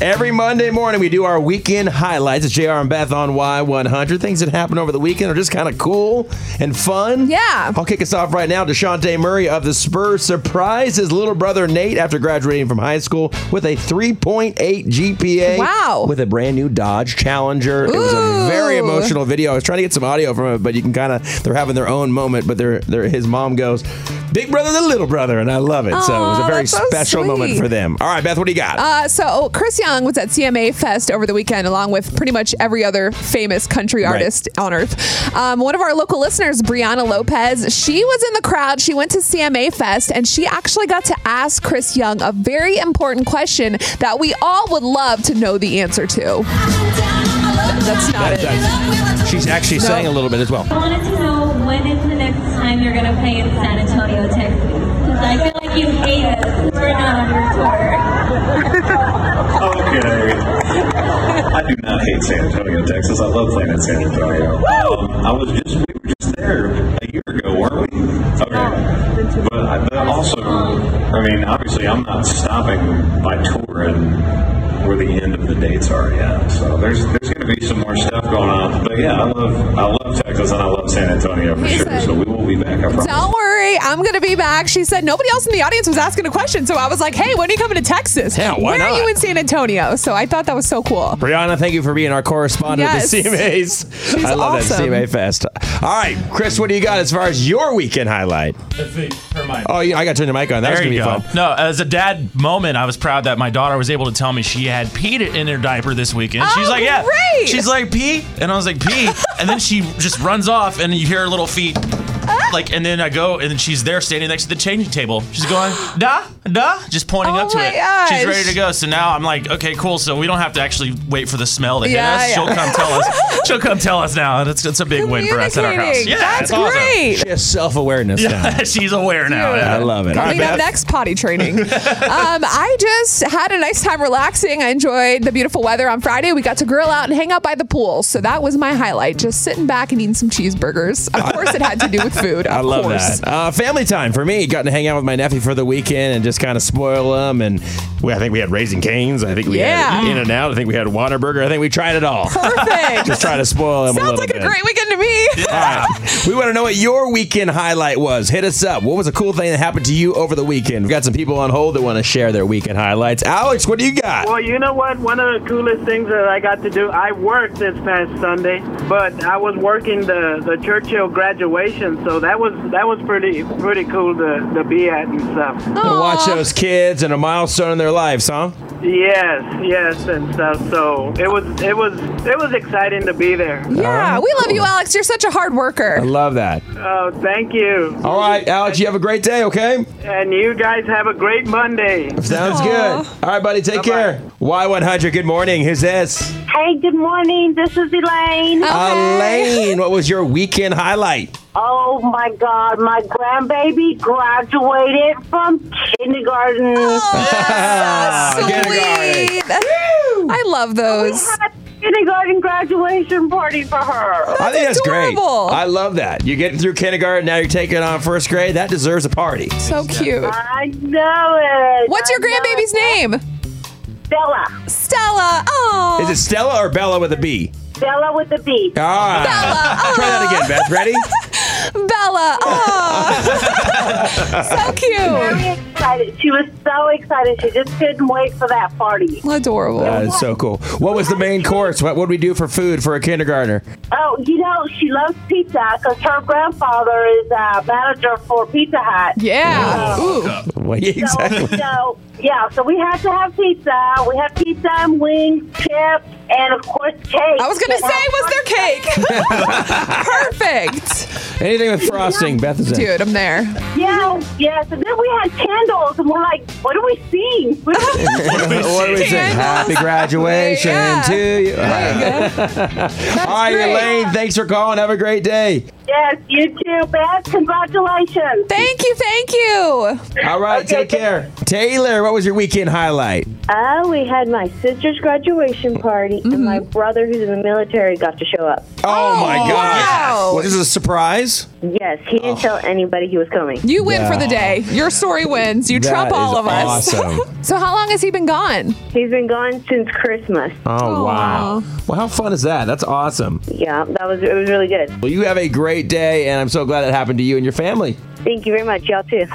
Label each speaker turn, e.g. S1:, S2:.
S1: Every Monday morning, we do our weekend highlights. It's JR and Beth on Y100. Things that happen over the weekend are just kind of cool and fun.
S2: Yeah.
S1: I'll kick us off right now. DeShante Murray of the Spurs surprised his little brother Nate after graduating from high school with a 3.8 GPA.
S2: Wow.
S1: With a brand new Dodge Challenger. It was a
S2: Ooh.
S1: very emotional video. I was trying to get some audio from it, but you can kind of, they're having their own moment, but they're, they're, his mom goes, Big brother to little brother, and I love it. so it was a
S2: Aw,
S1: very
S2: that's so
S1: special moment
S2: sweet.
S1: for them. All right, Beth, what do you got?
S2: Uh, so Chris Young was at CMA Fest over the weekend, along with pretty much every other famous country
S1: Right.
S2: artist on earth. Um, one of our local listeners, Brianna Lopez, she was in the crowd. She went to CMA Fest, and she actually got to ask Chris Young a very important question that we all would love to know the answer to. That's not it.
S1: She's actually
S2: No.
S1: sang a little bit as well.
S3: I wanted to know when is the next time you're going to play in San Antonio, Texas? Because I feel like you hate us. We're not on your tour.
S4: Okay. I do not hate San Antonio, Texas. I love playing in San Antonio. Um, I was just we were just there a year ago, weren't we? Okay. But, I, but also, I mean, obviously, I'm not stopping my tour and where the end of the dates are yet. So there's there's going to be some more stuff going on. But yeah, I love I love Texas and I love San Antonio for sure. So we will be back. I promise.
S2: Don't worry, I'm gonna be back. She said nobody else in the audience was asking a question, so I was like, "Hey, when are you coming to Texas?
S1: Yeah, why
S2: Where
S1: not?
S2: are you in San Antonio?" So I thought that was so cool.
S1: Brianna, thank you for being our correspondent
S2: Yes.
S1: at the CMAs.
S2: She's
S1: I love
S2: awesome.
S1: that CMA Fest. All right, Chris, what do you got as far as your weekend highlight? Oh, yeah, I got to turn the mic on. That was
S5: There
S1: going to
S5: you
S1: be
S5: go.
S1: fun.
S5: No, as a dad moment, I was proud that my daughter was able to tell me she had peed in her diaper this weekend. She's
S2: Oh,
S5: like, yeah.
S2: great.
S5: She's like, pee? And I was like, pee. and then she just runs off, and you hear her little feet. Like, and then I go, and she's there standing next to the changing table. She's going, da, da, just pointing
S2: Oh
S5: up to
S2: my
S5: it. She's ready to go. So now I'm like, okay, cool. So we don't have to actually wait for the smell to
S2: Yeah,
S5: hit us.
S2: yeah.
S5: She'll come tell us. She'll come tell us now. And it's, it's a big win for us at our house.
S2: Communicating.
S5: Yeah,
S2: That's
S5: it's awesome.
S2: great.
S1: She has self awareness now.
S5: Yeah, she's aware now.
S2: Dude.
S5: yeah.
S1: I love it. All right,
S2: Coming up
S1: Beth.
S2: next, potty training. um, I just had a nice time relaxing. I enjoyed the beautiful weather on Friday. We got to grill out and hang out by the pool. So that was my highlight, just sitting back and eating some cheeseburgers. Of course, it had to do with food. Of
S1: I love
S2: course.
S1: that. Uh, family time for me. Got to hang out with my nephew for the weekend and just kind of spoil him. And we, I think we had Raising Canes. I think we had
S2: Yeah.
S1: In and Out. I think we had Waterburger. I think we tried it all.
S2: Perfect.
S1: just try to spoil him a
S2: Sounds
S1: little
S2: like
S1: bit.
S2: a great weekend to me.
S1: All right. We want to know what your weekend highlight was. Hit us up. What was a cool thing that happened to you over the weekend? We've got some people on hold that want to share their weekend highlights. Alex, what do you got?
S6: Well, you know what? One of the coolest things that I got to do, I worked this past Sunday, but I was working the, the Churchill graduation, so that was that was pretty pretty cool to, to be at and stuff.
S1: To watch
S2: Aw.
S1: those kids and a milestone in their lives, huh?
S6: Yes, yes, and stuff. So it was it was it was exciting to be there.
S2: Yeah, we love you, Alex. You're such a hard
S1: I
S2: worker.
S1: love that.
S6: Oh, thank you.
S1: All right, Alex, you have a great day, okay?
S6: And you guys have a great Monday.
S1: Sounds
S2: Aw.
S1: good. All right, buddy, take care. Y100, good morning. Who's this?
S7: Hey, good morning. This is Elaine.
S2: Okay.
S1: Elaine, what was your weekend highlight?
S7: Oh my God, my grandbaby graduated from kindergarten.
S2: Oh, so
S1: Kindergarten.
S2: sweet. I love
S1: Oh,
S2: those.
S7: Had a kindergarten graduation party for her.
S1: I think that's
S2: adorable.
S1: great. I love that. You're getting through kindergarten, now you're taking on first grade. That deserves a party.
S2: So cute.
S7: I know it.
S2: What's your
S7: I know it.
S2: grandbaby's name?
S7: Stella.
S2: Stella. Oh.
S1: Is it Stella or Bella with a B?
S7: Stella with the B.
S1: All right. Try that again, Beth. Ready?
S2: Bella. Oh. so cute.
S7: Very excited. She was so excited. She just couldn't wait for that party.
S1: That
S2: Adorable.
S1: is so cool. What was the main course? What would we do for food for a kindergartner?
S7: Oh, you know, she loves pizza because her grandfather is a manager for Pizza Hut.
S2: Yeah. Ooh.
S1: Well, yeah,
S7: So,
S1: exactly.
S7: so, yeah, so we had to have pizza. We had pizza and wings, chips, and of course cake.
S2: I was gonna say,
S7: And I-
S2: was there cake? Perfect,
S1: Anything with frosting, Beth is in.
S2: dude. I'm there.
S7: Yeah, yes. And then we had candles, and we're like, what do we see? We don't-
S1: what do we say?
S2: Candles.
S1: Happy graduation
S2: Yeah.
S1: to you. All right,
S2: There you go. That's
S1: All right
S2: great.
S1: Elaine, thanks for calling. Have a great day.
S7: yes, you too. so bad. Congratulations.
S2: Thank you, thank you.
S1: All right,
S7: Okay.
S1: take care. Taylor, what was your weekend highlight?
S7: Uh, we had my sister's graduation party,
S2: Mm-hmm.
S7: and my brother, who's in the military, got to show up.
S1: Oh, my
S2: wow.
S1: gosh. Was this a surprise?
S7: Yes, he didn't tell anybody he was coming.
S2: You win
S1: Yeah.
S2: for the day. Your story wins. You trump
S1: That
S2: all
S1: is
S2: of us.
S1: Awesome.
S2: So how long has he been gone?
S7: He's been gone since Christmas.
S1: Oh, wow. Well, how fun is that? That's awesome.
S7: Yeah, that was it was really good.
S1: Well, you have a great day, and I'm so glad it happened to you and your family.
S7: Thank you very much, y'all too.